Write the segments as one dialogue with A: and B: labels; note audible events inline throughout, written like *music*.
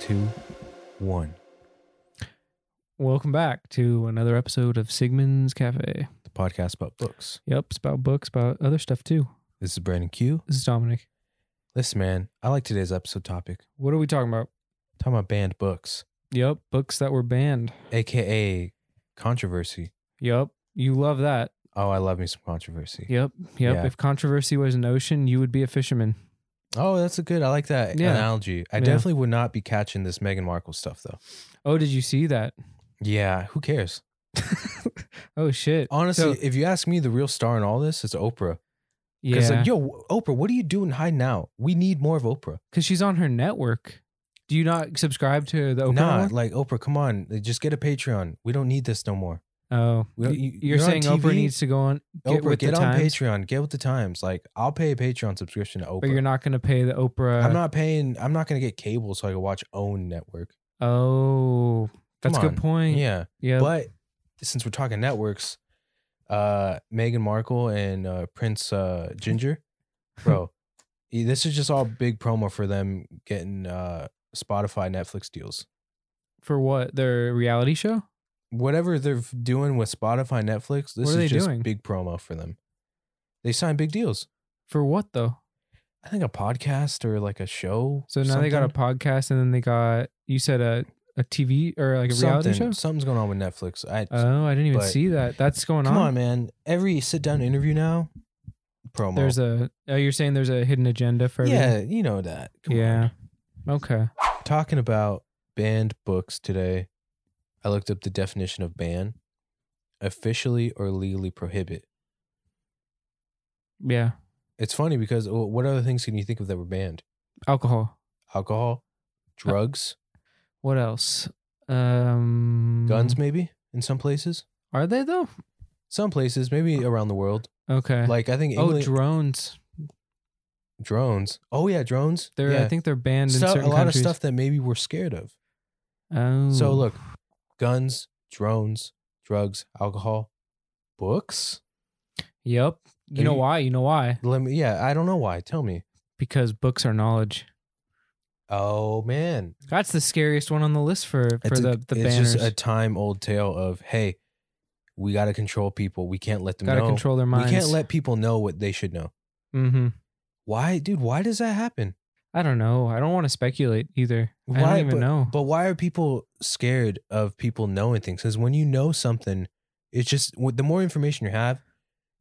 A: two, one.
B: Welcome back to another episode of Sigmund's Cafe.
A: The podcast about books.
B: Yep, it's about books, about other stuff too.
A: This is Brandon Q.
B: This is Dominic.
A: Listen, man, I like today's episode topic.
B: What are we talking about?
A: talking about banned books,
B: Yep, books that were banned.
A: aka controversy.
B: Yep, you love that.
A: Oh, I love me some controversy.
B: Yep, yep.
A: Yeah.
B: If controversy was an ocean, you would be a fisherman.
A: Oh, that's a good. I like that
B: Yeah.
A: analogy. I
B: Yeah.
A: definitely would not be catching this Meghan Markle stuff though.
B: Oh, did you see
A: *laughs*
B: that?
A: Yeah, who cares?
B: oh shit.
A: Honestly,
B: So-
A: if you ask me, the real star in all this is Oprah.
B: yeah,
A: Because like, yo, Oprah, what are you doing hiding out? We need more of Oprah.
B: because she's on her network. Do you not subscribe to the Oprah?
A: nah,
B: one?
A: like Oprah, come on, just get a Patreon. We don't need this no more.
B: oh,
A: Well,
B: you-
A: you-
B: you're,
A: you're on
B: saying Oprah
A: TV?
B: needs to go on get
A: Oprah,
B: with
A: get
B: the
A: on
B: times,
A: Patreon. Get with the times. Like, I'll pay a Patreon subscription to Oprah.
B: but you're not going to pay the Oprah.
A: I'm not paying. I'm not gonna get cable so I can watch own network.
B: Oh, that's a
A: on.
B: good point.
A: Yeah,
B: yeah.
A: but since we're talking networks, uh, Meghan Markle and uh, Prince uh,
B: *laughs*
A: Ginger, bro, eh, this is just all big promo for them getting uh, Spotify, Netflix deals.
B: for what their reality show?
A: Whatever they're f- doing with Spotify, Netflix, this
B: What are
A: is
B: they
A: just
B: doing?
A: big promo for them. They signed big deals.
B: For what though?
A: I think a podcast or like a show.
B: So now they got a
A: sometime.
B: podcast, and then they got you said a a TV or like a reality
A: Something-
B: show.
A: Something's going on with Netflix. I,
B: Oh, I didn't even
A: But-
B: see that. That's going
A: Come on, man. Every sit down interview now, promo.
B: There's a. Oh, you're saying there's a hidden agenda for
A: yeah, you know that. Come
B: everything?
A: on.
B: Yeah. Okay.
A: Talking about banned books today, I looked up the definition of ban officially or legally prohibit.
B: Yeah.
A: It's funny because wh- what other things can you think of that were banned?
B: Alcohol.
A: Alcohol,
B: Uh,
A: drugs,
B: What else? Um.
A: guns, maybe in some places.
B: Are they though?
A: Some places, maybe around the world.
B: Okay.
A: Like I think
B: Uh, oh,
A: England,
B: drones.
A: drones. Oh yeah, drones.
B: They're.
A: yeah.
B: I think they're banned in
A: Stuff- a
B: certain
A: lot
B: countries.
A: of stuff that maybe we're scared of.
B: Oh.
A: So look, guns, drones, drugs, alcohol, books.
B: Yep. You
A: Are
B: know
A: you-
B: why? You know why?
A: Let me. Yeah, I don't know why. Tell me.
B: Because books are knowledge.
A: Oh man,
B: That's the scariest one on the list for for
A: It's a-
B: the the
A: it's
B: banners.
A: just a time old tale of hey, we got to control people. We can't let them
B: Gotta
A: know.
B: control their minds.
A: We can't let people know what they should know.
B: Mm-hmm.
A: Why, dude? Why does that happen?
B: I don't know. I don't want to speculate either. I
A: Why-
B: don't even know.
A: But why are people scared of people knowing things? Because when you know something, it's just wh- the more information you have,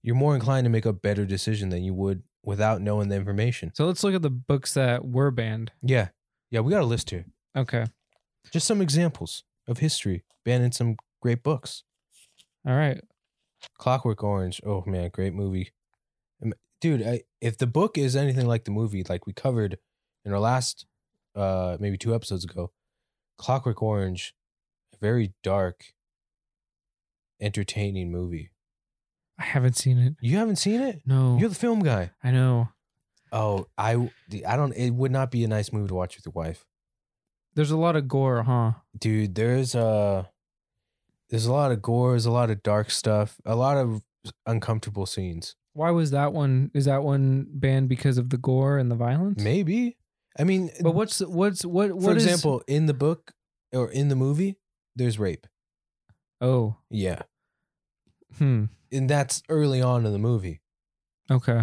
A: you're more inclined to make a better decision than you would without knowing the information.
B: so let's look at the books that were banned.
A: Yeah. Yeah, we got a list here.
B: Okay.
A: Just some examples of history, banning some great books.
B: All right.
A: Clockwork Orange. Oh man, great movie. Um, Dude, I, if the book is anything like the movie, like we covered in our last uh maybe two episodes ago, Clockwork Orange, a very dark, entertaining movie.
B: I haven't seen it.
A: You haven't seen it?
B: No.
A: You're the film guy.
B: I know.
A: Oh, I I don't it would not be a nice movie to watch with your wife.
B: There's a lot of gore, huh?
A: dude there's uh there's a lot of gore there's a lot of dark stuff a lot of uncomfortable scenes
B: Why was that one? Is that one banned because of the gore and the violence?
A: maybe i mean
B: But what's what's what
A: for
B: what is-
A: example in the book or in the movie there's rape
B: Oh.
A: yeah
B: Hmm.
A: and that's early on in the movie
B: Okay.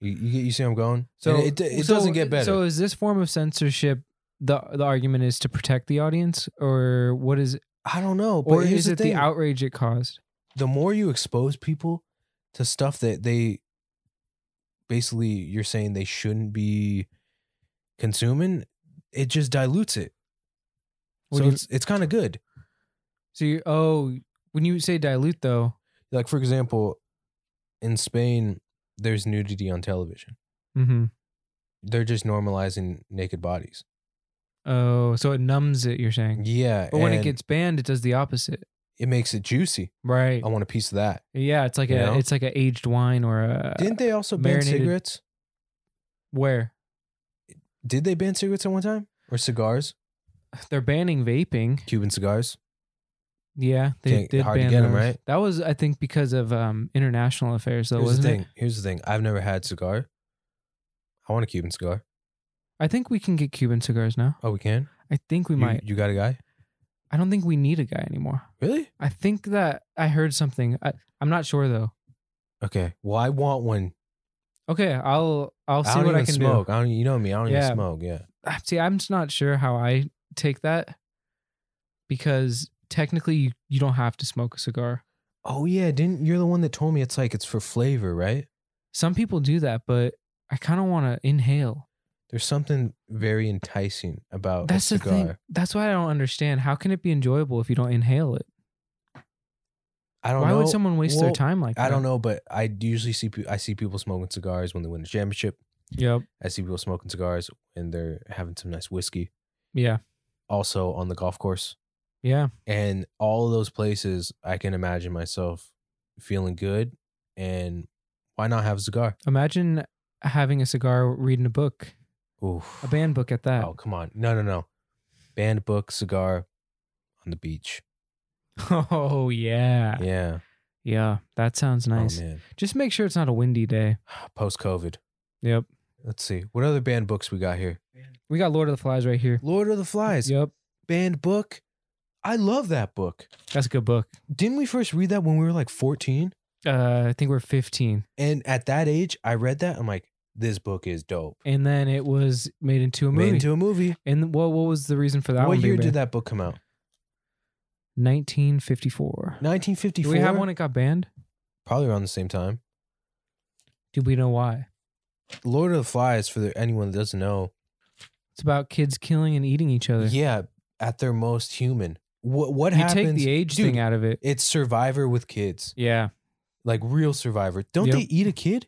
A: you, you, you see where i'm going
B: So
A: And it, it,
B: so-
A: doesn't get better
B: So is this form of censorship the the argument is to protect the audience or what is
A: i don't know but
B: or
A: here's
B: is it
A: thing.
B: the outrage it caused?
A: the more you expose people to stuff that they basically you're saying they shouldn't be consuming, it just dilutes it.
B: What
A: so
B: do you-
A: it's it's kind of good.
B: So you oh when you say dilute though,
A: Like for example, in Spain, there's nudity on television.
B: mm-hmm.
A: They're just normalizing naked bodies.
B: oh so it numbs it. You're saying,
A: Yeah,
B: but when it
A: and
B: gets banned, it does the opposite,
A: it makes it juicy.
B: right?
A: I want a piece of that.
B: yeah, it's like a
A: You know?
B: it's like a aged wine or a
A: Didn't they also ban
B: Uh, marinated-
A: cigarettes?
B: where
A: Did they ban cigarettes at one time or cigars?
B: they're banning vaping.
A: Cuban cigars.
B: Yeah, they
A: Can't-
B: did
A: hard to
B: ban
A: get 'em,
B: those.
A: right?
B: That was I think because of um international affairs though,
A: Here's the
B: wasn't
A: thing.
B: it?
A: Here's the thing. I've never had cigar. I want a Cuban cigar.
B: I think we can get Cuban cigars now.
A: Oh, we can.
B: I think we
A: You-
B: might.
A: You got a guy?
B: I don't think we need a guy anymore.
A: Really?
B: I think that I heard something. I, I'm not sure though.
A: Okay. Well, I want one.
B: Okay, I'll I'll
A: I
B: see
A: don't
B: what
A: even
B: I can
A: smoke.
B: do.
A: I don't. You know me. I don't
B: Yeah.
A: even smoke. Yeah.
B: Ah, See, I'm just not sure how I take that because technically you, you don't have to smoke a cigar.
A: Oh yeah. Didn't you're the one that told me it's like it's for flavor, right?
B: Some people do that, but I kind of want to inhale.
A: There's something very enticing about
B: That's
A: a Oh,
B: the
A: cigar.
B: thing. That's why I don't understand. How can it be enjoyable if you don't inhale it?
A: I don't
B: Why
A: know.
B: would someone waste their
A: Oh, Well,
B: time like that?
A: I don't know, but I usually see pe- I see people smoking cigars when they win a championship.
B: Yep.
A: I see people smoking cigars when they're having some nice whiskey,
B: Yeah.
A: also on the golf course.
B: Yeah.
A: And all of those places, I can imagine myself feeling good. And why not have a cigar?
B: Imagine having a cigar reading a book,
A: Oof.
B: a banned book at that.
A: Oh, come on. No, no, no. Band book, cigar on the beach.
B: *laughs* Oh, yeah. yeah.
A: Yeah.
B: That sounds nice.
A: Oh, man. *sighs*
B: Just make sure it's not a windy day.
A: Post COVID.
B: Yep.
A: Let's see. What other band books we got here?
B: We got Lord of the Flies right here.
A: Lord of the Flies.
B: Yep.
A: Band book. I love that book.
B: That's a good book.
A: Didn't we first read that when we were like 14?
B: Uh, I think we're 15.
A: And at that age, I read that. I'm like, this book is dope.
B: And then it was made into a movie.
A: Made into a movie.
B: and what what was the reason for that
A: what
B: one?
A: year did that book come out?
B: 1954.
A: 1954.
B: Do we have one that got banned?
A: probably around the same time.
B: Do we know why?
A: Lord of the Flies, for the, anyone that doesn't know,
B: It's about kids killing and eating each other.
A: yeah, at their most human. What what
B: you
A: happens?
B: take the age
A: Dude,
B: thing out of it.
A: It's Survivor with kids,
B: Yeah.
A: like real Survivor. Don't
B: Yep.
A: they eat a kid?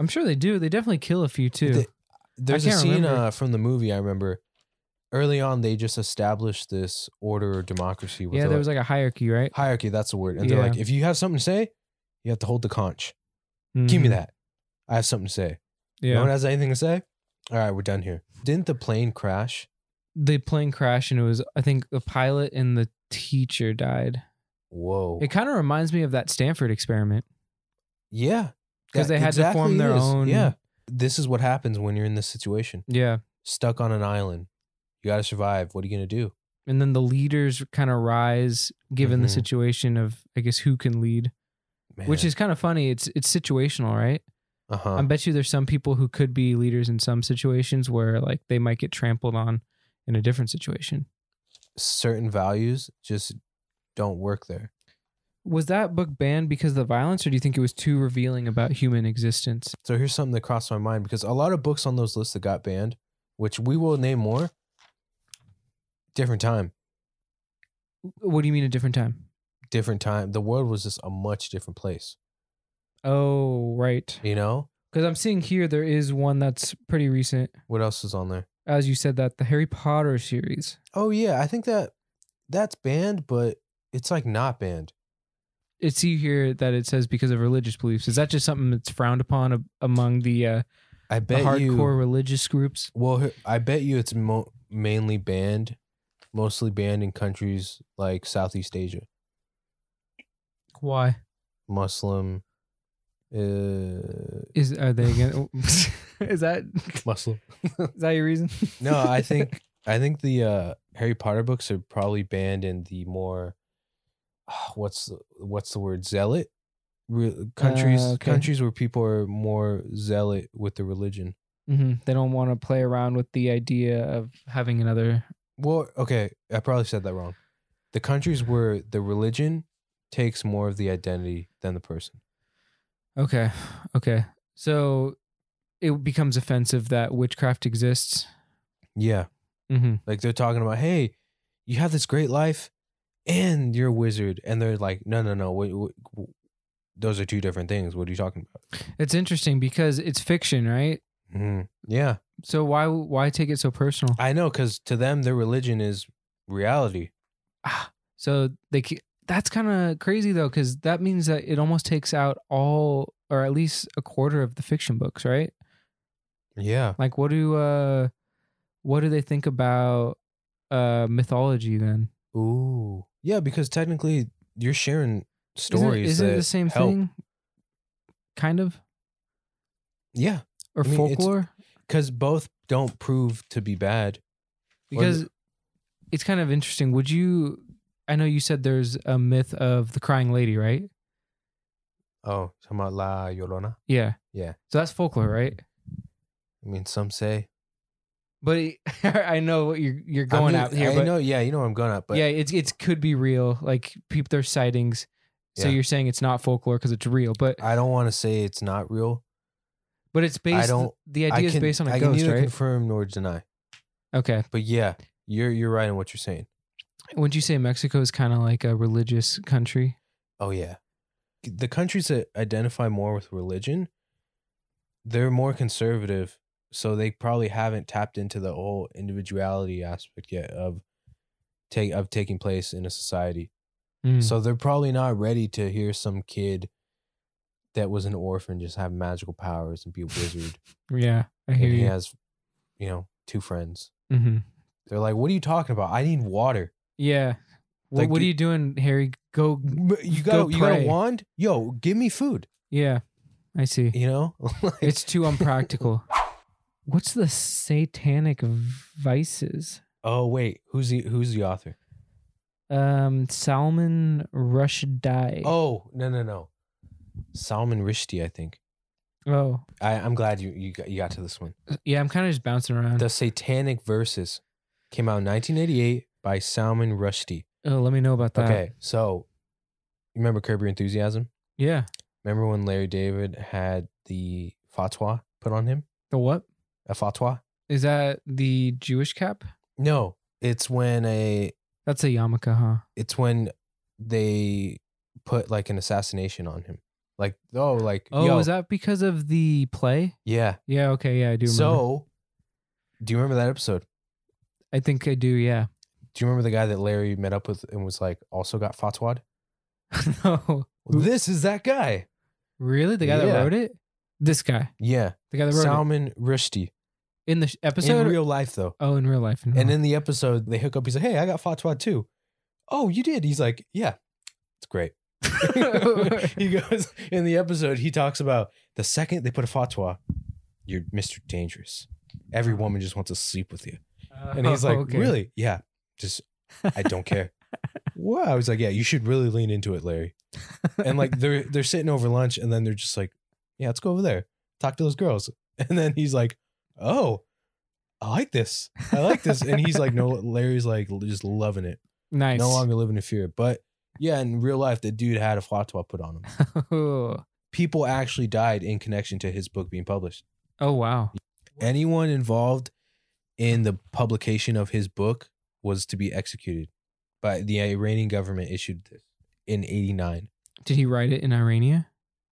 B: I'm sure they do. They definitely kill a few too.
A: The- there's a
B: can't
A: scene
B: remember.
A: uh, from the movie I remember. Early on, they just established this order or democracy. With
B: yeah,
A: a,
B: there was like a hierarchy, right?
A: hierarchy. That's the word. And they're
B: Yeah.
A: like, if you have something to say, you have to hold the conch. Give me
B: Mhm.
A: that. I have something to say.
B: Yeah.
A: No one has anything to say. All right, we're done here. Didn't the plane crash?
B: the plane crashed and it was I think the pilot and the teacher died.
A: Whoa.
B: It kind of reminds me of that Stanford experiment
A: yeah.
B: because
A: that
B: they had to form
A: exactly
B: their
A: is.
B: own.
A: Yeah. This is what happens when you're in this situation.
B: yeah.
A: Stuck on an island. You got to survive. What are you going to do?
B: And then the leaders kind of rise given the
A: Mhm.
B: situation of I guess who can lead, which is kind of funny. It's it's situational, right?
A: uh
B: I
A: huh.
B: bet you there's some people who could be leaders in some situations where like they might get trampled on in a different situation.
A: Certain values just don't work there.
B: Was that book banned because of the violence, or do you think it was too revealing about human existence?
A: So here's something that crossed my mind because a lot of books on those lists that got banned, which we will name more, different time.
B: What do you mean a different time?
A: different time. The world was just a much different place,
B: Oh, right.
A: you know?
B: Because I'm seeing here there is one that's pretty recent.
A: What else is on there?
B: As you said that the Harry Potter series.
A: Oh yeah, I think that that's banned, but it's like not banned.
B: It's see here that it says because of religious beliefs. Is that just something that's frowned upon a- among the, uh,
A: I
B: the
A: bet
B: hardcore
A: you
B: religious groups?
A: Well, he- I bet you it's mo- mainly banned, mostly banned in countries like Southeast Asia,
B: Why
A: Muslim uh
B: is are they again? oh, *laughs* is that *laughs* is
A: Muslim.
B: that your reason?
A: No, I
B: *laughs*
A: think I think the uh Harry Potter books are probably banned in the more ah, what's the, what's the word zealot Re- countries
B: Uh, okay.
A: countries where people are more zealot with the religion.
B: Mhm. they don't want to play around with the idea of having another.
A: Well, okay, I probably said that wrong. The countries where the religion takes more of the identity than the person.
B: Okay, okay. So it becomes offensive that witchcraft exists.
A: Yeah,
B: Mm-hmm.
A: like they're talking about, hey, you have this great life, and you're a wizard, and they're like, no, no, no, wait, wait, w- those are two different things. What are you talking about?
B: It's interesting because it's fiction, right?
A: Mhm. Yeah,
B: So why why take it so personal?
A: I know because to them, their religion is reality.
B: Ah, so they ca- that's kind of crazy though, because that means that it almost takes out all or at least a quarter of the fiction books, right?
A: Yeah.
B: Like what do uh what do they think about uh mythology then?
A: Ooh. Yeah, because technically, you're sharing
B: Isn't it-
A: stories.
B: isn't, it
A: that
B: the same
A: help.
B: thing? Kind of
A: Yeah,
B: or
A: I mean, it's-
B: folklore
A: because both don't prove to be bad.
B: because it's kind of interesting. Would you? I know you said there's a myth of the crying lady, right?
A: Oh, talking about La Llorona.
B: Yeah.
A: Yeah.
B: So that's folklore, right?
A: I mean, some say
B: But *laughs* it, I know what you're you're
A: I'm
B: going
A: ju-
B: out here.
A: I
B: but
A: know, yeah, you know where I'm going at, but
B: yeah, it's it's could be real. Like people, there's sightings. So
A: Yeah.
B: you're saying it's not folklore because it's real, but
A: I don't want to say it's not real.
B: but it's based.
A: don't-
B: the
A: I
B: idea
A: can-
B: is based on a
A: I can
B: ghost,
A: neither
B: right?
A: confirm nor deny.
B: okay.
A: But yeah, you're you're right in what you're saying.
B: Would you say Mexico is kind of like a religious country?
A: Oh yeah. The countries that identify more with religion, they're more conservative, so they probably haven't tapped into the whole individuality aspect yet of take of taking place in a society.
B: Mm.
A: So they're probably not ready to hear some kid that was an orphan just have magical powers and
B: *sighs*
A: be a wizard.
B: yeah, I
A: and
B: hear
A: he
B: you.
A: has, you know, two friends.
B: hmm
A: They're like, "What are you talking about? I need water.
B: Yeah. What,
A: Like,
B: what are
A: it-
B: you doing, Harry? Go.
A: You got
B: Go
A: you got a
B: pray.
A: wand? Yo, give me food. *laughs*
B: Yeah, I see.
A: You know, *laughs* like,
B: It's too unpractical. What's the satanic vices?
A: Oh wait, who's the who's the author?
B: Um, Salman Rushdie.
A: Oh no no no, Salman Rushdie, I think.
B: oh,
A: I I'm glad you you got, you got to this one.
B: yeah. I'm kind of just bouncing around.
A: The Satanic Verses came out in 1988 by Salman Rushdie.
B: oh, let me know about that.
A: Okay, so you remember Curb Your Enthusiasm?
B: Yeah.
A: Remember when Larry David had the fatwa put on him?
B: The what?
A: A fatwa?
B: Is that the Jewish cap?
A: No, it's when a
B: That's a yarmulke, huh?
A: it's when they put like an assassination on him. Like oh like
B: Oh,
A: yo,
B: is that because of the play?
A: yeah.
B: Yeah. Okay. Yeah, I do. Remember.
A: So, do you remember that episode?
B: I think I do. Yeah. *laughs*
A: Do you remember the guy that Larry met up with and was like also got fatwad?
B: no.
A: Well, this is that guy.
B: Really? The guy
A: Yeah.
B: that wrote it? This guy.
A: Yeah,
B: The guy that wrote
A: Salman Rushdie.
B: it in the sh- episode.
A: In real life though,
B: oh, in real life. In
A: and
B: real-
A: in the episode they hook up. He's like, "Hey, I got fatwad too." Oh, you did? He's like, "Yeah, it's great." *laughs* he goes in the episode. He talks about the second they put a fatwa, you're Mister Dangerous. Every woman just wants to sleep with you, and
B: *laughs*
A: he's like,
B: Oh, okay.
A: "Really? Yeah, just I don't care. Wow. I was like, yeah, you should really lean into it, Larry. And like they're they're sitting over lunch and then they're just like, Yeah, let's go over there. Talk to those girls. *laughs* And then he's like, Oh, I like this. I like this. And he's like, No, Larry's like just loving it.
B: nice.
A: No longer living in fear. But yeah, in real life, the dude had a fatwa put on him.
B: oh,
A: People actually died in connection to his book being published.
B: *laughs* oh, wow.
A: Anyone involved in the publication of his book was to be executed. But the Iranian government issued this in 89.
B: Did he write it in Irania?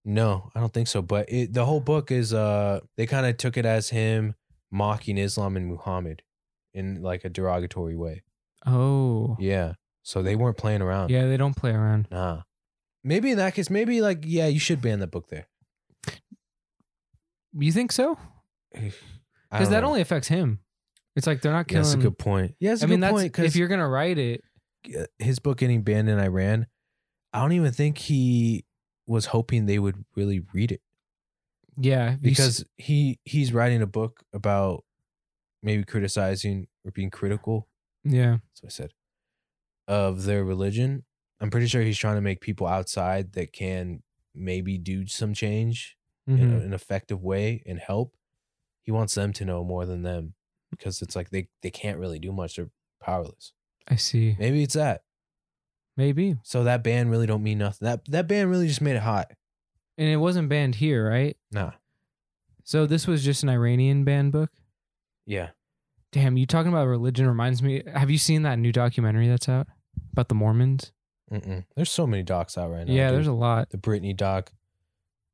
A: No, I don't think so. But it, the whole book is uh they kind of took it as him mocking Islam and Muhammad in like a derogatory way.
B: Oh. Yeah.
A: Yeah. So they weren't playing around.
B: they don't play around.
A: Nah. Maybe in that case, maybe like yeah, you should ban that book there.
B: You think so?
A: I
B: Because
A: don't
B: that
A: know.
B: only affects him. It's like they're not
A: Yeah,
B: killing.
A: that's a good point. Yeah, that's a
B: I mean,
A: good
B: that's
A: point. 'cause- uh,
B: if you're gonna write it.
A: his book getting banned in Iran, I don't even think he was hoping they would really read it
B: Yeah, if you s-
A: because he he's writing a book about maybe criticizing or being critical.
B: yeah,
A: So I said of their religion. I'm pretty sure he's trying to make people outside that can maybe do some change in
B: Mhm.
A: a- an effective way and help. He wants them to know more than them because it's like they they can't really do much. They're powerless.
B: I see.
A: Maybe it's that.
B: Maybe.
A: So that band really don't mean nothing. That that band really just made it hot.
B: And it wasn't banned here, right?
A: Nah.
B: So this was just an Iranian banned book.
A: Yeah.
B: Damn, you talking about religion reminds me. Have you seen that new documentary that's out about the Mormons?
A: Mm-mm. There's so many docs out right now.
B: yeah,
A: dude.
B: there's a lot.
A: the Britney doc,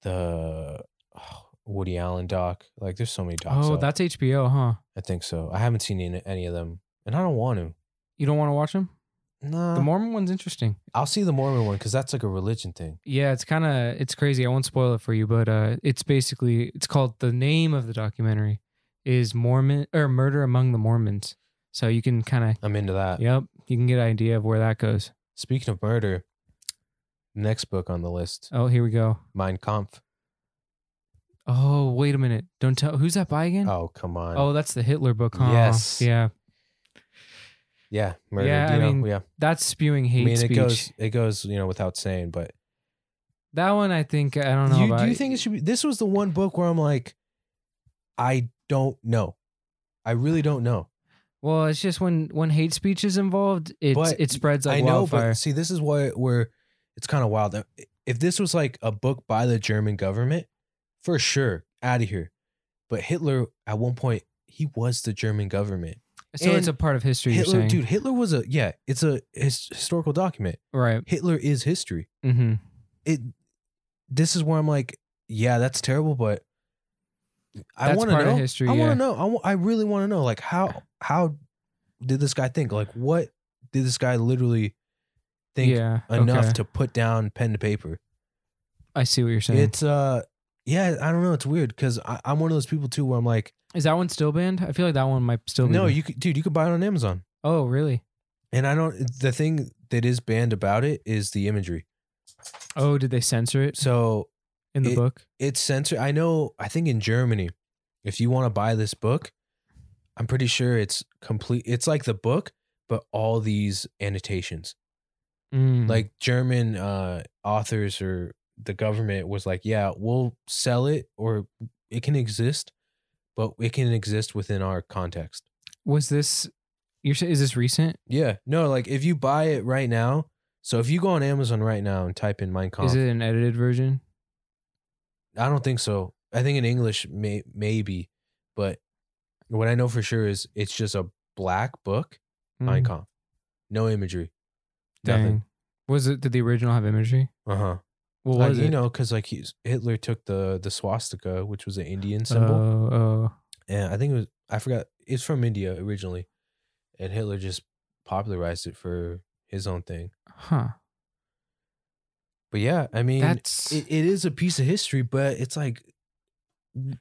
A: the oh, Woody Allen doc. Like, there's so many docs.
B: Oh,
A: out.
B: that's HBO, huh?
A: I think so. I haven't seen any, any of them, and I don't want to.
B: You don't want to watch them?
A: No.
B: the Mormon one's interesting.
A: I'll see the Mormon one because that's like a religion thing.
B: Yeah, it's kind of it's crazy. I won't spoil it for you, but uh, it's basically it's called the name of the documentary is Mormon or Murder Among the Mormons. So you can kind
A: I'm into that.
B: of yep, you can get an idea of where that goes.
A: Speaking of murder, next book on the list,
B: Oh, here we go.
A: Mein Kampf.
B: Oh, wait a minute. Don't tell who's that by again?
A: Oh, come on.
B: Oh, that's the Hitler book, huh?
A: Yes.
B: Yeah.
A: Yeah, murdered.
B: Yeah,
A: you
B: I
A: know,
B: mean,
A: yeah.
B: That's spewing
A: I
B: hate
A: mean,
B: speech.
A: it goes, it goes, you know, without saying. But
B: that one, I think I don't know
A: you,
B: about.
A: do you think it should be? This was the one book where I'm like, I don't know. I really don't know.
B: Well, it's just when when hate speech is involved, it
A: But
B: it spreads like
A: I know,
B: wildfire.
A: but see, this is why where it's kind of wild. If this was like a book by the German government, for sure, out of here. But Hitler, at one point, he was the German government.
B: so it's
A: and
B: a part of history. you're
A: Hitler,
B: saying,
A: dude, Hitler was a yeah. It's a his, historical document.
B: right?
A: Hitler is history.
B: Mm-hmm.
A: it this is where I'm like, yeah, that's terrible, but I
B: That's
A: want to
B: part of
A: know.
B: history,
A: I want
B: yeah.
A: to know. I, wa- I really want to know. Like how how did this guy think? Like what did this guy literally think
B: yeah,
A: enough
B: okay.
A: to put down pen to paper?
B: I see what you're saying.
A: It's uh yeah, I don't know. It's weird because I'm one of those people too where I'm like,
B: is that one still banned? I feel like that one might still be.
A: no,
B: banned.
A: you could, dude, you could buy it on Amazon.
B: Oh, really?
A: And I don't. The thing that is banned about it is the imagery.
B: Oh, did they censor it
A: So
B: in the
A: it-
B: book?
A: it's censored. I know. I think in Germany, if you want to buy this book, I'm pretty sure it's complete. It's like the book, but all these annotations,
B: Mm.
A: like German uh, authors or the government was like, yeah, we'll sell it or it can exist, but it can exist within our context.
B: was this? You're saying is this recent?
A: Yeah. No, like if you buy it right now. So if you go on Amazon right now and type in Mein Kampf,
B: Is it an edited version?
A: I don't think so. I think in English, may, maybe, but what I know for sure is it's just a black book, Mein
B: Mm.
A: Kampf. No imagery, nothing.
B: Dang. Was it? Did the original have imagery?
A: Uh huh.
B: What
A: Like,
B: was
A: you
B: it? Oh,
A: know, because like he's, Hitler took the the swastika, which was an Indian symbol,
B: Oh, oh.
A: and I think it was I forgot it's from India originally, and Hitler just popularized it for his own thing.
B: huh.
A: But yeah, I mean,
B: That's
A: it, it is a piece of history, but it's like,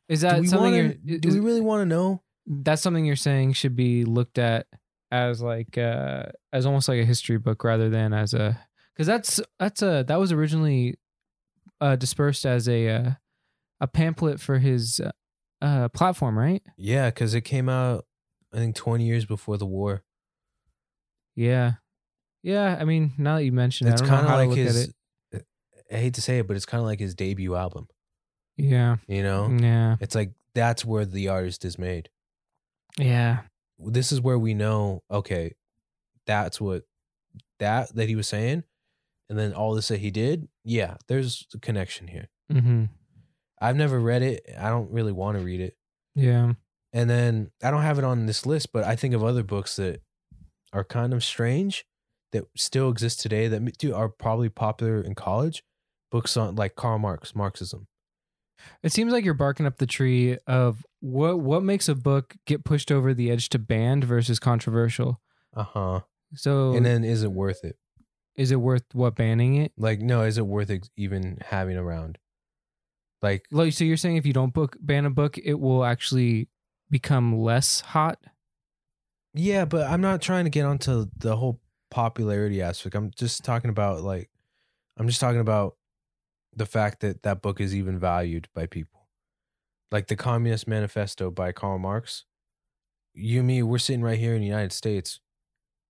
B: is
A: do
B: that
A: we,
B: something?
A: wanna,
B: you're,
A: do
B: is-
A: we really want to know?
B: that's something you're saying should be looked at as like uh as almost like a history book rather than as a because that's that's a that was originally uh dispersed as a uh, a pamphlet for his uh, uh platform right
A: Yeah, because it came out, I think, 20 years before the war.
B: yeah yeah i mean now that you mentioned it,
A: it's
B: i don't
A: kind
B: know
A: of
B: how
A: like
B: to look
A: his.
B: at it
A: I hate to say it, but it's kind of like his debut album.
B: yeah
A: You know,
B: yeah
A: it's like that's where the artist is made.
B: yeah
A: This is where we know. Okay, that's what that that he was saying, and then all this that he did. Yeah, there's a connection here.
B: mm-hmm
A: I've never read it. I don't really want to read it.
B: yeah
A: And then I don't have it on this list, but I think of other books that are kind of strange that still exist today that do are probably popular in college. Books on like Karl Marx, Marxism.
B: It seems like you're barking up the tree of what what makes a book get pushed over the edge to banned versus controversial.
A: Uh huh.
B: So
A: And then is it worth it?
B: is it worth what banning it?
A: Like, no, is it worth it even having around? Like,
B: Like so you're saying if you don't book ban a book, it will actually become less hot.
A: yeah, but I'm not trying to get onto the whole popularity aspect. I'm just talking about like, I'm just talking about the fact that that book is even valued by people. Like the Communist Manifesto by Karl Marx. You and me, we're sitting right here in the United States.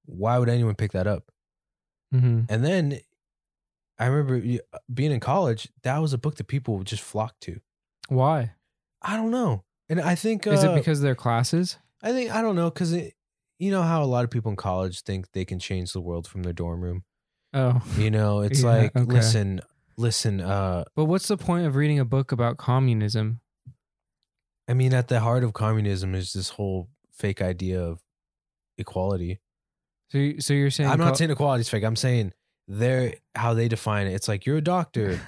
A: Why would anyone pick that up?
B: Mm-hmm.
A: And then I remember you- being in college, that was a book that people would just flock to.
B: Why?
A: I don't know. And I think uh,
B: Is it because of their classes?
A: I think I don't know because it. You know how a lot of people in college think they can change the world from their dorm room.
B: Oh.
A: You know, it's
B: Yeah,
A: like
B: okay.
A: listen, listen. Uh,
B: But what's the point of reading a book about communism?
A: I mean, at the heart of communism is this whole fake idea of equality.
B: So you, so you're saying
A: I'm
B: co-
A: not saying equality is fake. I'm saying they're how they define it. It's like you're a doctor,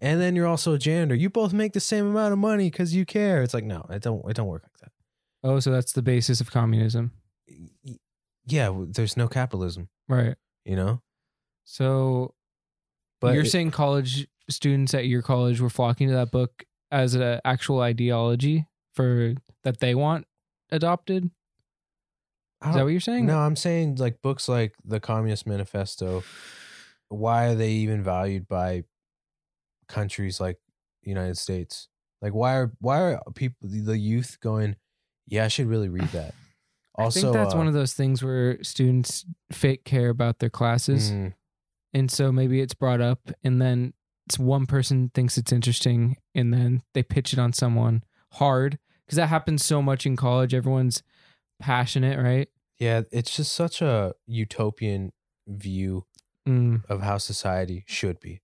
A: and then you're also a janitor. You both make the same amount of money because you care. It's like no, it don't. It don't work like
B: *laughs* Oh, so that's the basis of communism.
A: that. Yeah, w- there's no capitalism.
B: Right.
A: You know,
B: So
A: but
B: you're
A: it-
B: saying college students at your college were flocking to that book as an actual ideology for that they want adopted.
A: I
B: Is
A: don't-
B: that what you're saying?
A: No, I'm saying like books like the Communist Manifesto. Why are they even valued by countries like the United States? Like why are why are people the youth going? Yeah, I should really read that. Also,
B: *sighs*
A: uh
B: I think that's one of those things where students fake care about their classes.
A: Mm.
B: And so maybe it's brought up and then it's one person thinks it's interesting and then they pitch it on someone hard because that happens so much in college. Everyone's passionate, right?
A: yeah, it's just such a utopian view
B: Mm,
A: of how society should be.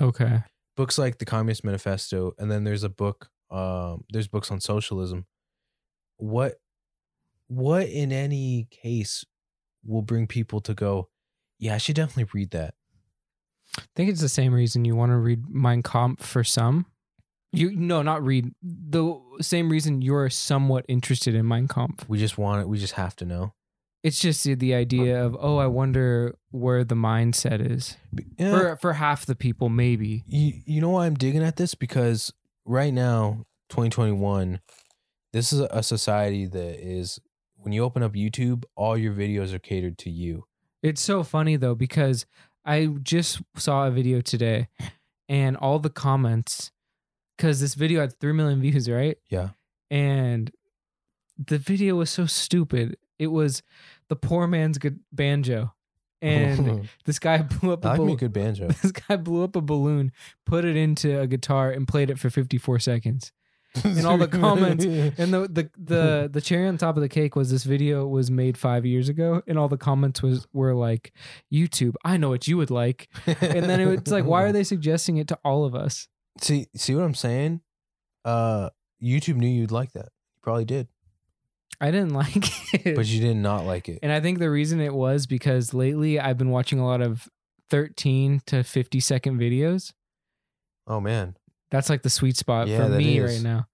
B: okay.
A: Books like the Communist Manifesto, and then there's a book. Um, there's books on socialism. What, what in any case will bring people to go? Yeah, I should definitely read that.
B: I think it's the same reason you want to read Mein Kampf for some. You no, not read the same reason you're somewhat interested in Mein Kampf.
A: We just want it. We just have to know.
B: It's just the, the idea of oh, I wonder where the mindset is
A: Be- yeah.
B: for for half the people, maybe.
A: you you know why I'm digging at this because right now 2021 this is a society that is when you open up YouTube all your videos are catered to you.
B: It's so funny though because I just saw a video today, and all the comments because this video had three million views, right?
A: Yeah.
B: and the video was so stupid. It was the poor man's good banjo,
A: *laughs*
B: and this guy blew up
A: I like
B: a
A: me a
B: balloon.
A: good banjo.
B: *laughs* this guy blew up a balloon, put it into a guitar, and played it for 54 seconds.
A: In
B: all
A: *laughs*
B: the comments, And the the the,
A: Hmm.
B: the cherry on top of the cake was this video was made five years ago, and all the comments was were like, "YouTube, I know what you would like," and then it's like, "Why
A: *laughs*
B: are they suggesting it to all of us?"
A: See see what I'm saying? Uh YouTube knew you'd like that. You probably did.
B: I didn't *laughs* like it.
A: But you did not like it.
B: And I think the reason it was because lately I've been watching a lot of 13 to 50 second videos.
A: Oh man.
B: That's like the sweet spot
A: Yeah,
B: for
A: that
B: me
A: is.
B: right now.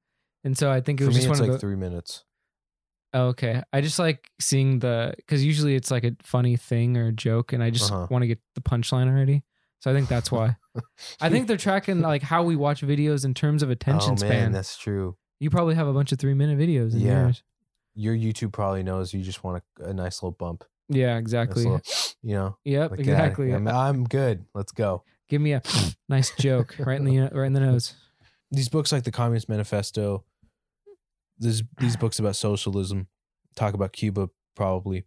B: And so I think it
A: For
B: was
A: me
B: just
A: it's
B: one
A: like
B: of the.
A: 3 minutes.
B: Oh, okay. I just like seeing the. Because usually it's like a funny thing or a joke, and I just
A: Uh-huh.
B: want to get the punchline already. So I think that's why. I think
A: *laughs*
B: they're tracking like how we watch videos in terms of
A: oh,
B: attention
A: man,
B: span.
A: that's true.
B: you probably have a bunch of three minute videos in
A: Yeah.
B: yours.
A: Your YouTube probably knows you just want a, a nice little bump.
B: Yeah,
A: Nice
B: exactly.
A: little, you know.
B: Yep,
A: Like that.
B: exactly.
A: I'm, I'm good. Let's go. *laughs*
B: Give me a nice joke right in the right in the nose.
A: These books like the Communist Manifesto, these
B: *sighs*
A: these books about socialism, talk about Cuba probably.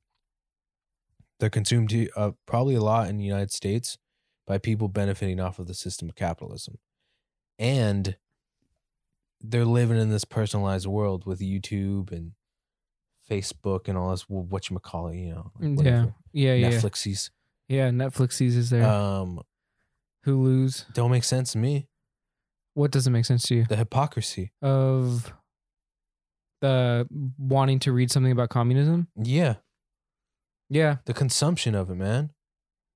A: They're consumed uh, probably a lot in the United States by people benefiting off of the system of capitalism, and they're living in this personalized world with YouTube and Facebook and all this what you call it, you know, like
B: Yeah,
A: whatever,
B: yeah, yeah,
A: Netflixies.
B: yeah. Netflix seizes there.
A: Um,
B: Hulu's.
A: don't make sense to me.
B: What doesn't make sense to you?
A: The hypocrisy.
B: Of the wanting to read something about communism.
A: Yeah,
B: Yeah,
A: the consumption of it, man.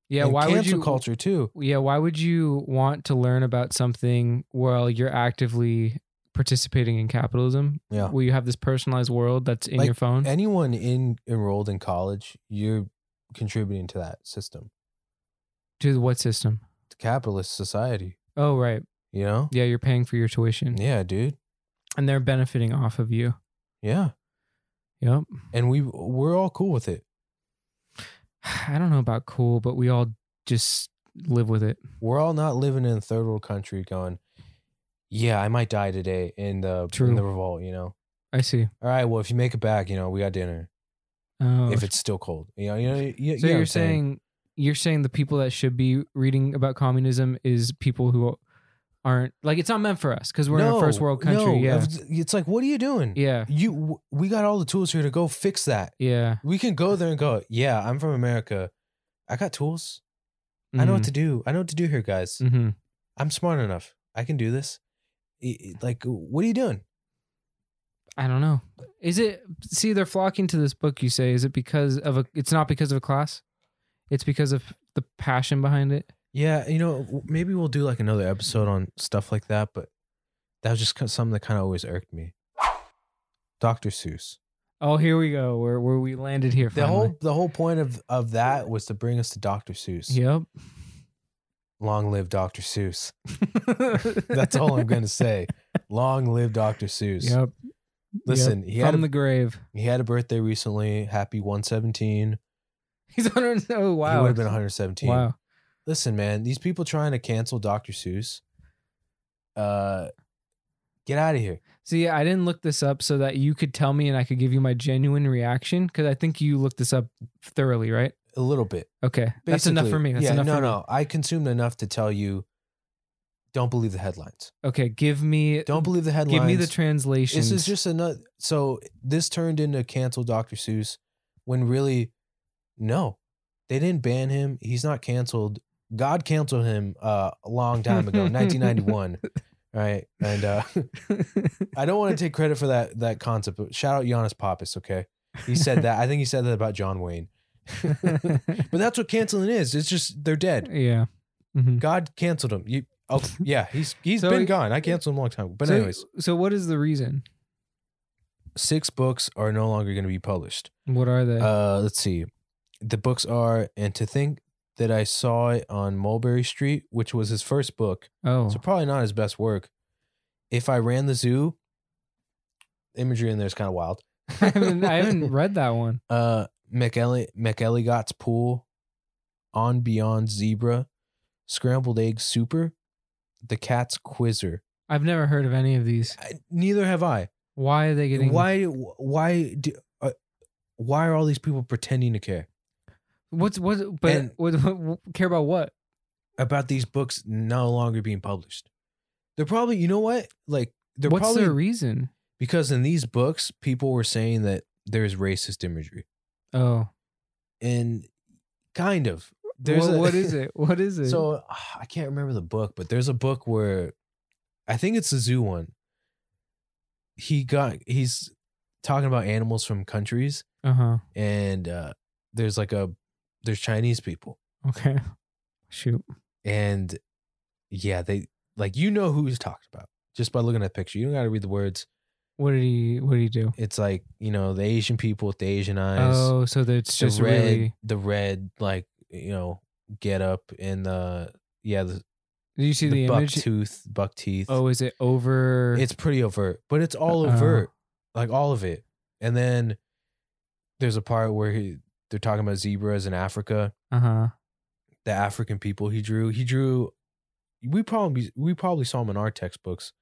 B: yeah.
A: And
B: why would
A: cancel
B: you?
A: culture too?
B: Yeah, why would you want to learn about something while you're actively participating in capitalism?
A: Yeah.
B: Where you have this personalized world that's in
A: Like, eh
B: your phone.
A: Anyone in enrolled in college, you're contributing to that system,
B: to what system?
A: to capitalist society.
B: Oh, right.
A: You know?
B: Yeah, you're paying for your tuition,
A: Yeah, dude.
B: and they're benefiting off of you.
A: Yeah,
B: Yep.
A: and we we're all cool with it.
B: *sighs* I don't know about cool, but we all just live with it.
A: We're all not living in a third world country going. Yeah, I might die today in the in
B: True.
A: the revolt. You know.
B: I see.
A: All right. Well, if you make it back, you know we got dinner.
B: Oh,
A: If it's still cold, you know. You know. You, you
B: so
A: know what
B: you're
A: I'm
B: saying you're saying the people that should be reading about communism is people who aren't like it's not meant for us because we're in
A: No,
B: a first world country.
A: no,
B: yeah,
A: It's like, what are you doing?
B: yeah,
A: you w- we got all the tools here to go fix that
B: yeah.
A: we can go there and go yeah i'm from america i got tools i know what to do i know what to do here guys
B: hmm
A: i'm smart enough i can do this I- I- like what are you doing
B: I don't know. Is it? See, they're flocking to this book. You say, is it because of a? It's not because of a class. It's because of the passion behind it.
A: yeah you know w- maybe we'll do like another episode on stuff like that but that was just kind of something that kind of always irked me dr seuss
B: Oh, here we go. Where where we landed here.
A: the
B: Finally.
A: whole the whole point of of that was to bring us to dr seuss
B: Yep.
A: long live dr *laughs* seuss that's all i'm
B: *laughs*
A: gonna say long live dr seuss
B: Yep.
A: listen he
B: From
A: had a
B: the grave. *laughs*
A: He had a birthday recently. Happy 117.
B: He's 100. Oh, wow.
A: He would have been 117.
B: Wow.
A: Listen, man, these people trying to cancel Dr. Seuss, uh, Get out of here.
B: See, I didn't look this up so that you could tell me and I could give you my genuine reaction because I think you looked this up thoroughly, right?
A: A little bit.
B: Okay, that's enough for
A: Basically,
B: me. That's
A: yeah,
B: enough
A: no,
B: for
A: no. I consumed enough to tell you don't believe the headlines.
B: Me. Okay, give me
A: Don't believe the headlines.
B: give me the translation.
A: This is just another. So this turned into cancel Dr. Seuss when really, no, they didn't ban him. He's not canceled. God canceled him uh, a long time
B: *laughs*
A: ago, 1991. Right, and uh,
B: *laughs*
A: I don't want to take credit for that that concept. But shout out Giannis Pappas. Okay, he said that. I think he said that about John Wayne. but that's what canceling is. It's just they're *laughs* dead.
B: yeah. Mhm.
A: God canceled him. You, oh yeah, he's he's
B: So-
A: been gone. I canceled him a long time. ago. But
B: so,
A: anyways,
B: so what is the reason?
A: six books are no longer going to be published.
B: What are they?
A: Uh, let's see. The books are, and to think that I saw it on Mulberry Street, which was his first book,
B: oh,
A: so probably not his best work. If I ran the zoo, imagery in there is kind of wild.
B: *laughs* *laughs* I haven't I
A: *laughs*
B: haven't read that one.
A: Uh, McElli McElligott's pool, on beyond zebra, scrambled egg super, the cat's quizzer.
B: I've never heard of any of these.
A: I, neither have I.
B: Why are they getting?
A: Why? Why do? Uh, why are all these people pretending to care?
B: What's what? But
A: And-
B: what, what, care about what?
A: about these books no longer being published. They're probably, you know what? Like they're
B: What's
A: probably
B: their reason?
A: because in these books people were saying that there's racist imagery.
B: Oh,
A: And kind of. There's
B: what,
A: a- *laughs*
B: what is it? What is it?
A: So ah, I can't remember the book, but there's a book where I think it's the zoo one. He got he's talking about animals from countries
B: uh huh.
A: and uh there's like a there's Chinese people
B: Okay. Shoot.
A: And yeah, they like you know who he's talking about just by looking at the picture. You don't got to read the words.
B: What did he? What did he do?
A: It's like you know the Asian people with the Asian eyes,
B: Oh, so that it's
A: the
B: just
A: red,
B: really.
A: the red like you know get up and the yeah the,
B: Did you see the,
A: the buck
B: image?
A: tooth, buck teeth.
B: Oh, is it over?
A: it's pretty overt, but it's all
B: Oh.
A: overt, like all of it. And then there's a part where he, they're talking about zebras in Africa,
B: uh huh.
A: the African people he drew. He drew. We probably we probably saw him in our textbooks.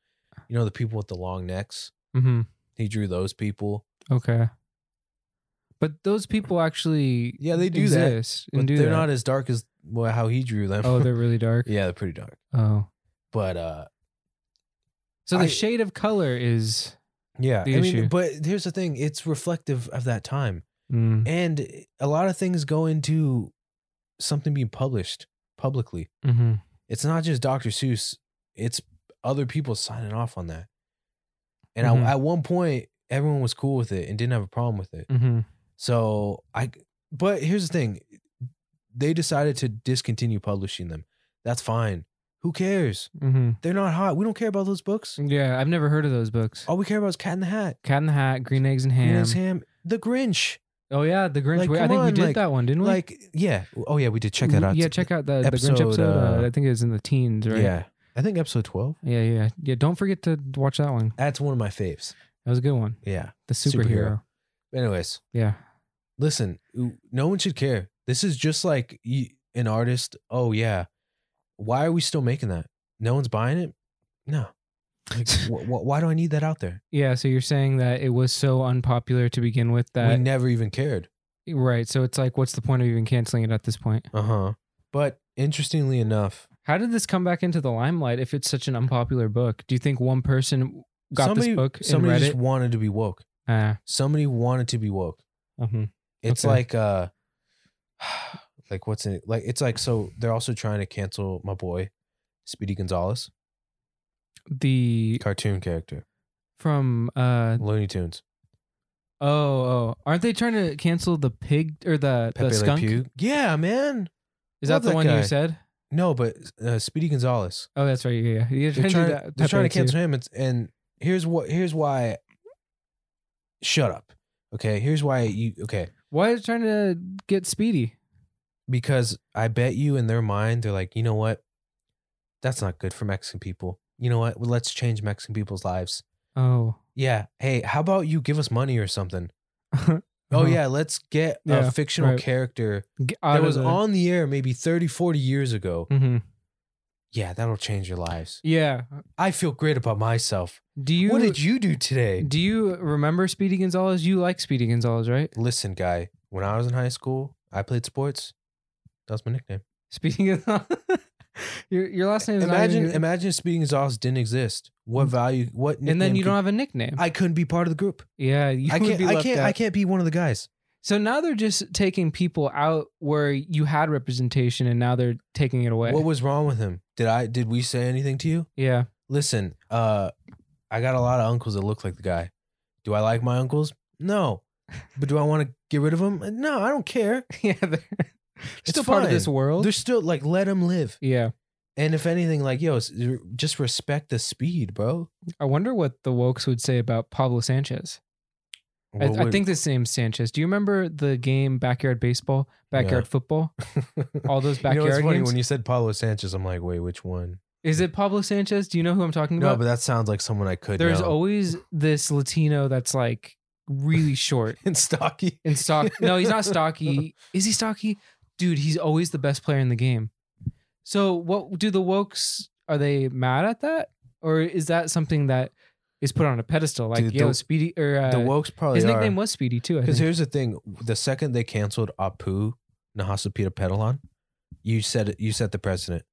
A: You know the people with the long necks.
B: Mm-hmm.
A: He drew those people.
B: Okay. But those people actually.
A: Yeah, they do that,
B: exist
A: But
B: and do
A: they're
B: that.
A: not as dark as well, how he drew them.
B: *laughs* oh, they're really dark.
A: *laughs* yeah, they're pretty dark.
B: Oh,
A: But uh,
B: so the
A: I-
B: shade of color is.
A: yeah,
B: The
A: I
B: issue.
A: mean, but here's the thing: it's reflective of that time,
B: Mm,
A: and a lot of things go into something being published publicly.
B: hmm
A: It's not just Dr. Seuss; it's other people signing off on that. And
B: Mhm.
A: I, at one point, everyone was cool with it and didn't have a problem with it.
B: hmm
A: So I, but here's the thing: they decided to discontinue publishing them. That's fine. Who cares?
B: hmm
A: They're not hot. We don't care about those books.
B: Yeah, I've never heard of those books.
A: All we care about is Cat in the Hat,
B: Cat in the Hat, Green Eggs and Ham.
A: Ham, Ham The Grinch.
B: Oh yeah, the Grinch.
A: Like,
B: Wait, I
A: come
B: think we
A: on,
B: did
A: like-
B: that one, didn't we? Mm-hmm.
A: Like, yeah. Oh yeah, we did check that out.
B: Yeah, check out the, the Grinch
A: Episode,
B: episode. Uh,
A: uh,
B: I think it was in the teens, right?
A: Yeah, I think episode twelve.
B: yeah, yeah, yeah. Don't forget to watch that one.
A: That's one of my faves.
B: That was a good one.
A: Yeah.
B: The superhero.
A: Superhero. Anyways,
B: Yeah.
A: listen. No one should care. This is just like y- an artist. Oh yeah. Why are we still making that? No one's buying it. No.
B: *laughs*
A: Like, wh- wh- why do I need that out there?
B: Yeah. So you're saying that it was so unpopular to begin with
A: we
B: that
A: never even cared.
B: right? So it's like, what's the point of even canceling it at this point?
A: Uh huh. But interestingly enough,
B: How did this come back into the limelight if it's such an unpopular book? Do you think one person got
A: somebody
B: this book and
A: somebody
B: read
A: just
B: it?
A: wanted to be woke.
B: Ah,
A: Somebody wanted to be woke.
B: mhm.
A: It's
B: Okay.
A: like uh, *sighs* like what's in it? Like it's like so they're also trying to cancel my boy, Speedy Gonzalez,
B: the
A: cartoon character,
B: from uh
A: Looney Tunes,
B: oh oh aren't they trying to cancel the pig or the
A: Pepe
B: the
A: Le
B: skunk?
A: Pew. Yeah, man.
B: Is
A: Love
B: that the
A: that
B: one
A: guy.
B: you said?
A: No, but uh, Speedy Gonzalez.
B: Oh, that's right. Yeah, yeah.
A: They're trying, to, they're trying to cancel him. It's, and here's what. Here's why. Shut up. Okay. Here's why you. Okay.
B: Why are they trying to get Speedy?
A: because I bet you in their mind they're like, you know what, that's not good for Mexican people. You know what? Well, let's change Mexican people's lives.
B: Oh,
A: Yeah. Hey, how about you give us money or
B: *laughs*
A: something? Oh yeah, let's get
B: Uh-huh. Yeah,
A: a fictional
B: right.
A: character
B: Get out
A: that
B: of Mm.
A: was
B: the-
A: on the air maybe 30, 40 years ago.
B: Mhm.
A: yeah, that'll change your lives.
B: Yeah.
A: I feel great about myself.
B: Do you
A: what did you do today?
B: do you remember Speedy Gonzalez? You like Speedy Gonzalez, right?
A: Listen, guy, when I was in high school, I played sports. That was my nickname.
B: Speedy Gonzalez. *laughs* your your last name is not
A: Imagine,
B: even- Mm.
A: imagine if Speedy Gonzalez didn't exist. What value? What?
B: and then
A: nickname
B: you
A: could-
B: don't have a nickname.
A: I couldn't be part of the group.
B: yeah, *laughs* you
A: I
B: would
A: can't.
B: be
A: I
B: left
A: can't.
B: out.
A: I can't be one of the guys.
B: So now they're just taking people out where you had representation, and now they're taking it away.
A: What was wrong with him? Did I? Did we say anything to you?
B: yeah, *laughs*
A: Listen, uh, I got a lot of uncles that look like the guy. Do I like my uncles? No.
B: *laughs*
A: But do I want to get rid of them? No, I don't care.
B: yeah, they're, they're
A: It's
B: still part of this
A: fine.
B: world.
A: They're still like let them live.
B: yeah,
A: And if anything, like yo, s- just respect the speed, bro.
B: I wonder what the wokes would say about Pablo Sanchez. I,
A: What
B: I
A: would-
B: think the same Sanchez. Do you remember the game backyard baseball, backyard football, all those
A: *laughs* *laughs* You know,
B: backyard
A: it's funny
B: games?
A: when you said Paulo Sanchez. I'm like, wait, which one?
B: Is it Pablo Sanchez? Do you know who I'm talking
A: No,
B: about?
A: but that sounds like someone I could.
B: There's
A: know. *laughs*
B: always this Latino that's like really short
A: and stocky.
B: and stock.
A: *laughs*
B: No, he's not stocky. Is he stocky? Dude, he's always the best player in the game. So, what do the wokes? Are they mad at that, or is that something that is put on a pedestal? Like,
A: Dude,
B: yo,
A: the-
B: Speedy, or uh,
A: the wokes probably
B: his nickname
A: are. *laughs*
B: was Speedy too. I
A: Because
B: think.
A: here's the thing: the second they canceled Apu Nahasapita Petalon, you said you set the precedent.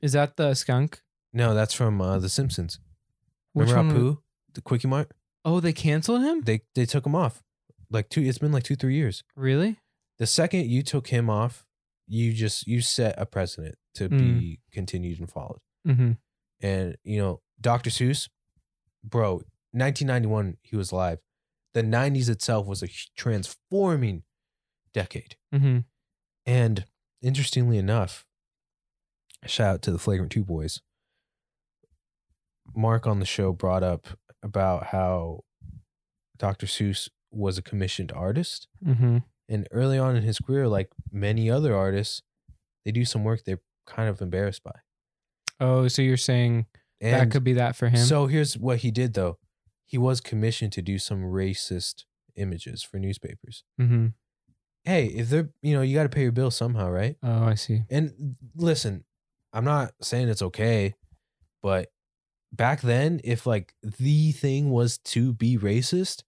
B: Is that the skunk?
A: No, that's from uh, The Simpsons.
B: Which
A: Remember
B: one?
A: Apu, the Quickie Mart?
B: Oh, they canceled him.
A: They they took him off. Like two, it's been like two three years.
B: Really?
A: The second you took him off, you just you set a precedent to
B: Hmm.
A: be continued and followed.
B: Mm-hmm.
A: and you know Dr. Seuss, bro. 1991, he was alive. The 90s itself was a hu- transforming decade,
B: Mm-hmm.
A: and interestingly enough, shout out to the Flagrant Two boys. Mark on the show brought up about how Dr. Seuss was a commissioned artist,
B: Mm-hmm.
A: and early on in his career, like many other artists, they do some work they're kind of embarrassed by.
B: Oh, so you're saying that
A: And-
B: could be that for him?
A: So here's what he did though. He was commissioned to do some racist images for newspapers.
B: mm-hmm.
A: Hey, if they're, you know, you got to pay your bill somehow, right?
B: Oh, I see.
A: And listen, I'm not saying it's okay, but back then, if like the thing was to be racist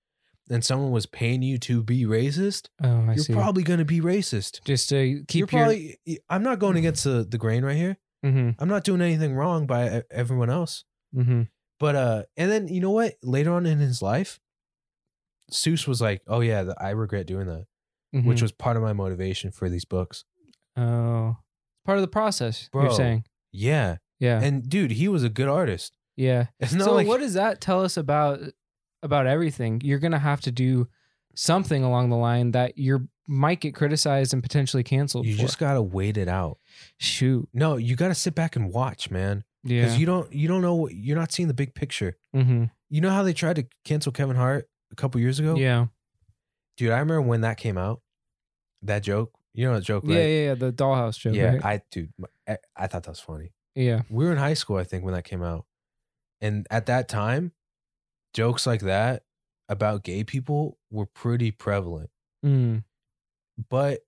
A: and someone was paying you to be racist,
B: Oh, I
A: you're
B: see.
A: probably going to be racist.
B: Just to keep
A: you're probably, I'm not going against the, the grain right here.
B: your. Mm-hmm.
A: I'm not doing anything wrong by e- everyone else.
B: Mm-hmm.
A: But uh, and then you know what? Later on in his life, Seuss was like, "Oh yeah, th- I regret doing that,"
B: mm-hmm.
A: which was part of my motivation for these books.
B: oh part of the process.
A: Bro.
B: You're saying,
A: Yeah,
B: yeah,
A: and dude, he was a good artist. *laughs*
B: yeah.
A: It's not
B: so
A: like
B: what does that tell us about about everything? You're gonna have to do something along the line that you might get criticized and potentially canceled.
A: you
B: for.
A: just gotta wait it out.
B: shoot,
A: No, you gotta sit back and watch, man, because
B: yeah.
A: you don't you don't know what you're not seeing the big picture.
B: hmm
A: You know how they tried to cancel Kevin Hart a couple years ago?
B: yeah,
A: dude, I remember when that came out. That joke, you know that joke,
B: yeah,
A: right?
B: yeah, yeah. The dollhouse joke.
A: yeah.
B: right?
A: I dude, my- I, I thought that was funny.
B: yeah.
A: we were in high school, I think, when that came out. And at that time, jokes like that about gay people were pretty prevalent.
B: Mm,
A: But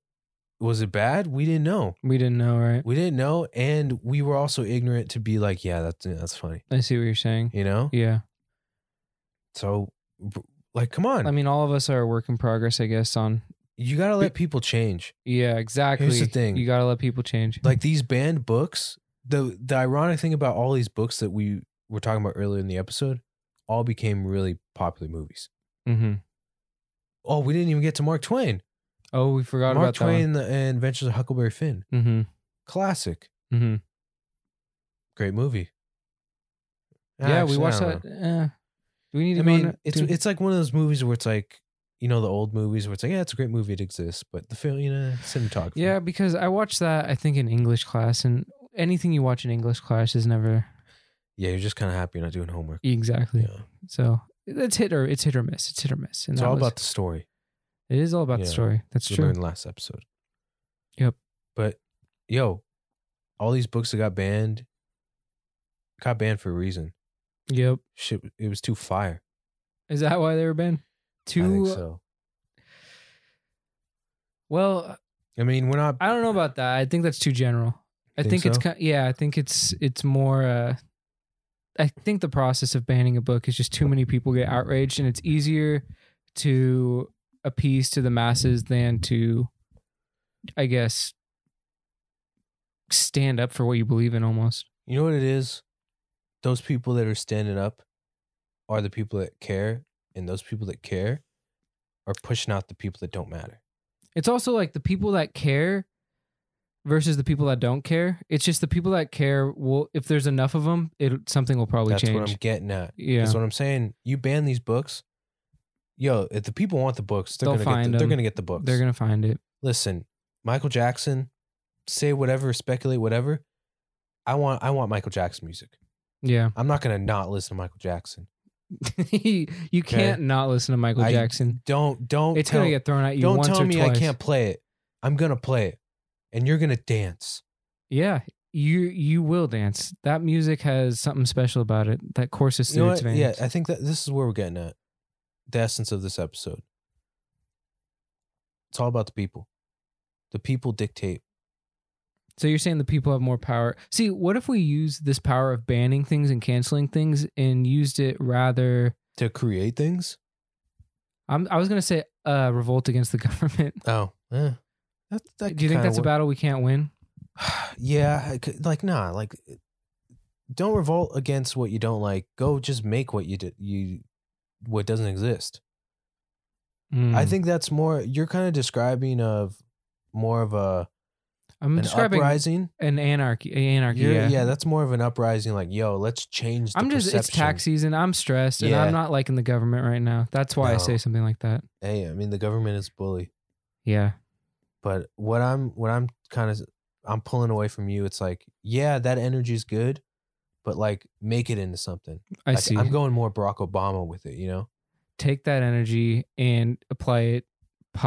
A: was it bad? We didn't know.
B: we didn't know, right?
A: We didn't know, and we were also ignorant to be like, yeah, that's that's funny,
B: I see what you're saying.
A: you know.
B: Yeah,
A: So, b- like, come on,
B: I mean, all of us are a work in progress, I guess. On
A: you gotta let people change.
B: yeah, exactly.
A: thing.
B: you gotta let people change.
A: Like these banned books. The the ironic thing about all these books that we were talking about earlier in the episode, all became really popular movies.
B: hmm
A: Oh, we didn't even get to Mark Twain.
B: Oh, we forgot
A: Mark
B: about
A: Twain and the and Adventures of Huckleberry Finn.
B: that. One.
A: Classic.
B: hmm hmm
A: Great movie. Ah,
B: Yeah,
A: actually,
B: we
A: I
B: watched
A: don't
B: that.
A: know.
B: Uh, do we need to
A: I
B: go on uh,
A: mean,
B: that-
A: it's
B: do-
A: it's like one of those movies where it's like, you know, the old movies where it's like, yeah, it's a great movie, it exists, but the film, you know, cinematography.
B: yeah, because I watched that I think in English class, and anything you watch in English class is never
A: Yeah, you're just kind of happy you're not doing homework.
B: exactly.
A: Yeah.
B: So it's hit or it's hit or miss. It's hit or miss. And
A: It's
B: that
A: all
B: was-
A: about the story.
B: it is all about
A: Yeah.
B: the story. That's
A: We
B: true.
A: learned last episode.
B: Yep.
A: But yo, all these books that got banned got banned for a reason.
B: Yep.
A: Shit, it was too fire.
B: Is that why they were banned?
A: I think
B: Too uh,
A: so.
B: well.
A: I mean, we're not
B: I don't know about that. I think that's too general. I
A: Think
B: think, it's
A: so?
B: ki yeah, I think it's it's more uh I think the process of banning a book is just too many people get outraged and it's easier to appease to the masses than to I guess stand up for what you believe in almost.
A: You know what it is? Those people that are standing up are the people that care, and those people that care are pushing out the people that don't matter.
B: It's also like the people that care versus the people that don't care. It's just the people that care will if there's enough of them, it something will probably
A: That's
B: change.
A: what I'm getting at.
B: yeah.
A: That's what I'm saying. You ban these books, yo. If the people want the books, they're gonna
B: They'll
A: get.
B: find
A: The, they're
B: them.
A: gonna get the books.
B: They're going to find it.
A: listen. Michael Jackson, say whatever, speculate whatever. I want. I want Michael Jackson music.
B: Yeah.
A: I'm not gonna not listen to Michael Jackson.
B: *laughs* you can't not listen to Michael
A: I-
B: Jackson.
A: Don't don't.
B: It's
A: tell,
B: gonna get thrown at you
A: Don't
B: once
A: tell
B: or
A: me
B: twice.
A: I can't play it. I'm gonna play it, and you're gonna dance.
B: Yeah, you you will dance. That music has something special about it that courses
A: You know
B: through its
A: what?
B: veins.
A: Yeah, I think that this is where we're getting at. The essence of this episode. It's all about the people. The people dictate.
B: So you're saying the people have more power. See, what if we use this power of banning things and canceling things and used it rather?
A: to create things.
B: I'm, I was gonna say uh, revolt against the *laughs* government.
A: Oh, eh. that, that
B: Do you think
A: kinda
B: that's a
A: work-
B: battle we can't win?
A: yeah, I could- like nah, like don't revolt against what you don't like. Go just make what you did you what doesn't exist. I
B: Mm.
A: think that's more. You're kind of describing of more of a
B: I'm
A: an
B: describing
A: uprising.
B: an anarchy. Anarchy.
A: You're-
B: yeah.
A: yeah. that's more of an uprising. Like, yo, let's change. The
B: I'm just. It's
A: perception.
B: tax season. I'm stressed, and
A: Yeah.
B: I'm not liking the government right now. That's why I
A: No.
B: say something like that.
A: Hey, I mean, the government is bully.
B: Yeah.
A: but what i'm what i'm kind of i'm pulling away from you it's like yeah that energy's good but like make it into something
B: I
A: Like,
B: see.
A: i'm going more barack obama with it you know
B: take that energy and apply it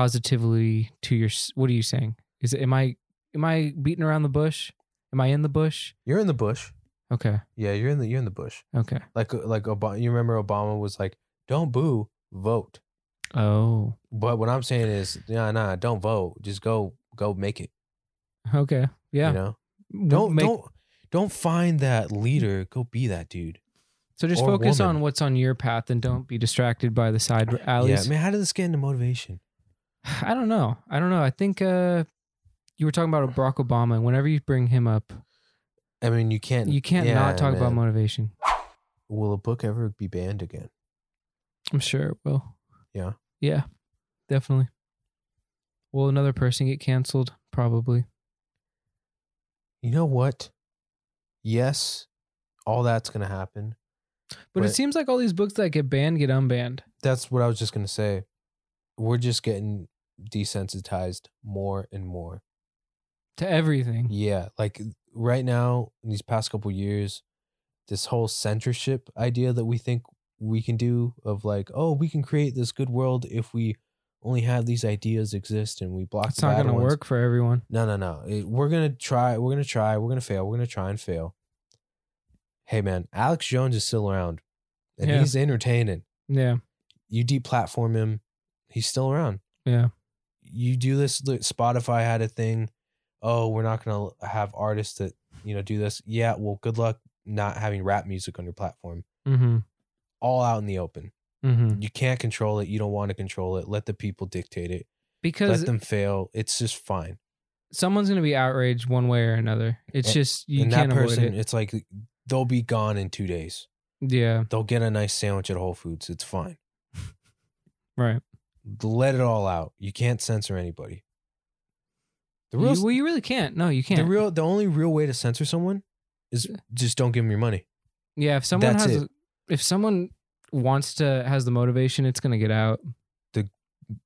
B: positively to your what are you saying is it am i am i beating around the bush am i in the bush
A: you're in the bush
B: okay
A: yeah you're in the you're in the bush
B: okay
A: like uh, like obama you remember obama was like don't boo vote
B: oh
A: but what i'm saying is nah nah don't vote just go go make it
B: okay yeah
A: you know
B: We'll
A: don't
B: make-
A: don't don't find that leader go be that dude
B: so just
A: or
B: focus
A: woman.
B: on what's on your path and don't be distracted by the side alleys *sighs*
A: yeah man how did this get into motivation
B: i don't know i don't know i think uh you were talking about barack obama and whenever you bring him up
A: i mean you can't
B: you can't
A: yeah,
B: not talk about
A: man.
B: motivation
A: will a book ever be banned again
B: i'm sure it will
A: Yeah.
B: yeah definitely will another person get canceled probably
A: you know what? Yes, all that's gonna happen.
B: But it
A: But-
B: seems like all these books that get banned get unbanned.
A: That's what I was just gonna say. We're just getting desensitized more and more.
B: To everything.
A: Yeah, like right now, in these past couple years, this whole censorship idea that we think we can do of like, oh, we can create this good world if we only have these ideas exist and we block
B: It's
A: the
B: not
A: bad
B: going to
A: ones.
B: work for everyone.
A: No, no, no. It- we're gonna try. We're gonna try. We're gonna fail. We're gonna try and fail. Hey, man, Alex Jones is still around, and
B: Yeah.
A: he's entertaining.
B: Yeah.
A: You deplatform him, he's still around.
B: Yeah.
A: You do this. look, Spotify had a thing. Oh, we're not gonna have artists that you know do this. Yeah, well, good luck not having rap music on your platform.
B: Mm
A: All out in the open.
B: hmm. Mm hmm.
A: You can't control it. You don't want to control it. Let the people dictate it.
B: Because
A: Let them fail. It's just fine.
B: someone's going to be outraged one way or another. It's
A: And-
B: just, you
A: and
B: can't
A: that person,
B: avoid it.
A: it's like they'll be gone in two days.
B: Yeah.
A: They'll get a nice sandwich at Whole Foods. It's fine.
B: Right.
A: Let it all out. You can't censor anybody. The real,
B: You- well, you really can't. No, you can't.
A: the real, the only real way to censor someone is just don't give them your money.
B: yeah. If someone
A: That's
B: has, if someone wants to, has the motivation, it's going to get out.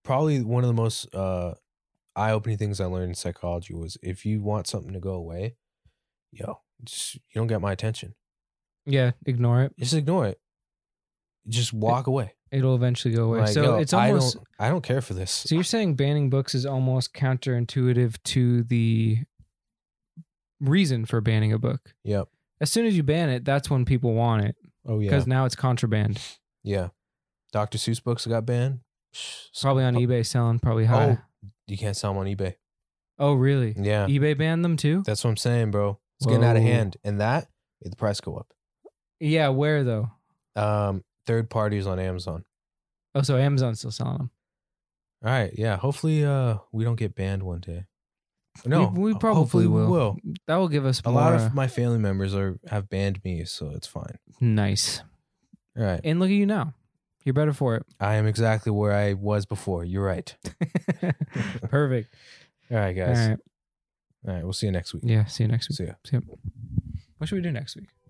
A: Probably one of the most uh, eye-opening things I learned in psychology was if you want something to go away, yo, just, you don't get my attention.
B: Yeah. Ignore it.
A: Just ignore it. Just walk away.
B: It'll eventually go away.
A: Like,
B: so
A: yo,
B: it's almost,
A: I don't, I don't care for this.
B: So you're saying banning books is almost counterintuitive to the reason for banning a book.
A: Yep.
B: As soon as you ban it, that's when people want it
A: Oh yeah.
B: because now it's contraband.
A: Yeah. Dr. Seuss books got banned. Oh.
B: It's probably on eBay selling probably high.
A: You can't sell them on eBay.
B: Oh, really?
A: Oh. Yeah.
B: eBay banned them too?
A: That's what I'm saying, bro. It's getting out of
B: Whoa.
A: hand. And that made the price go up.
B: Yeah, where though?
A: Um, third parties on Amazon.
B: Oh, so Amazon's still selling them.
A: All right, yeah. Hopefully uh we don't get banned one day. No,
B: we
A: ho-
B: probably
A: hopefully we
B: will.
A: will.
B: That will give us
A: A
B: more,
A: lot of my family members are have banned me, so it's fine.
B: nice.
A: All right.
B: And look at you now. You're better for it.
A: I am exactly where I was before. You're right.
B: *laughs*
A: *laughs*
B: Perfect.
A: All right, guys.
B: All
A: All
B: right.
A: right, we'll see you next week.
B: Yeah. See you next week.
A: See ya.
B: See ya. What should we do next week?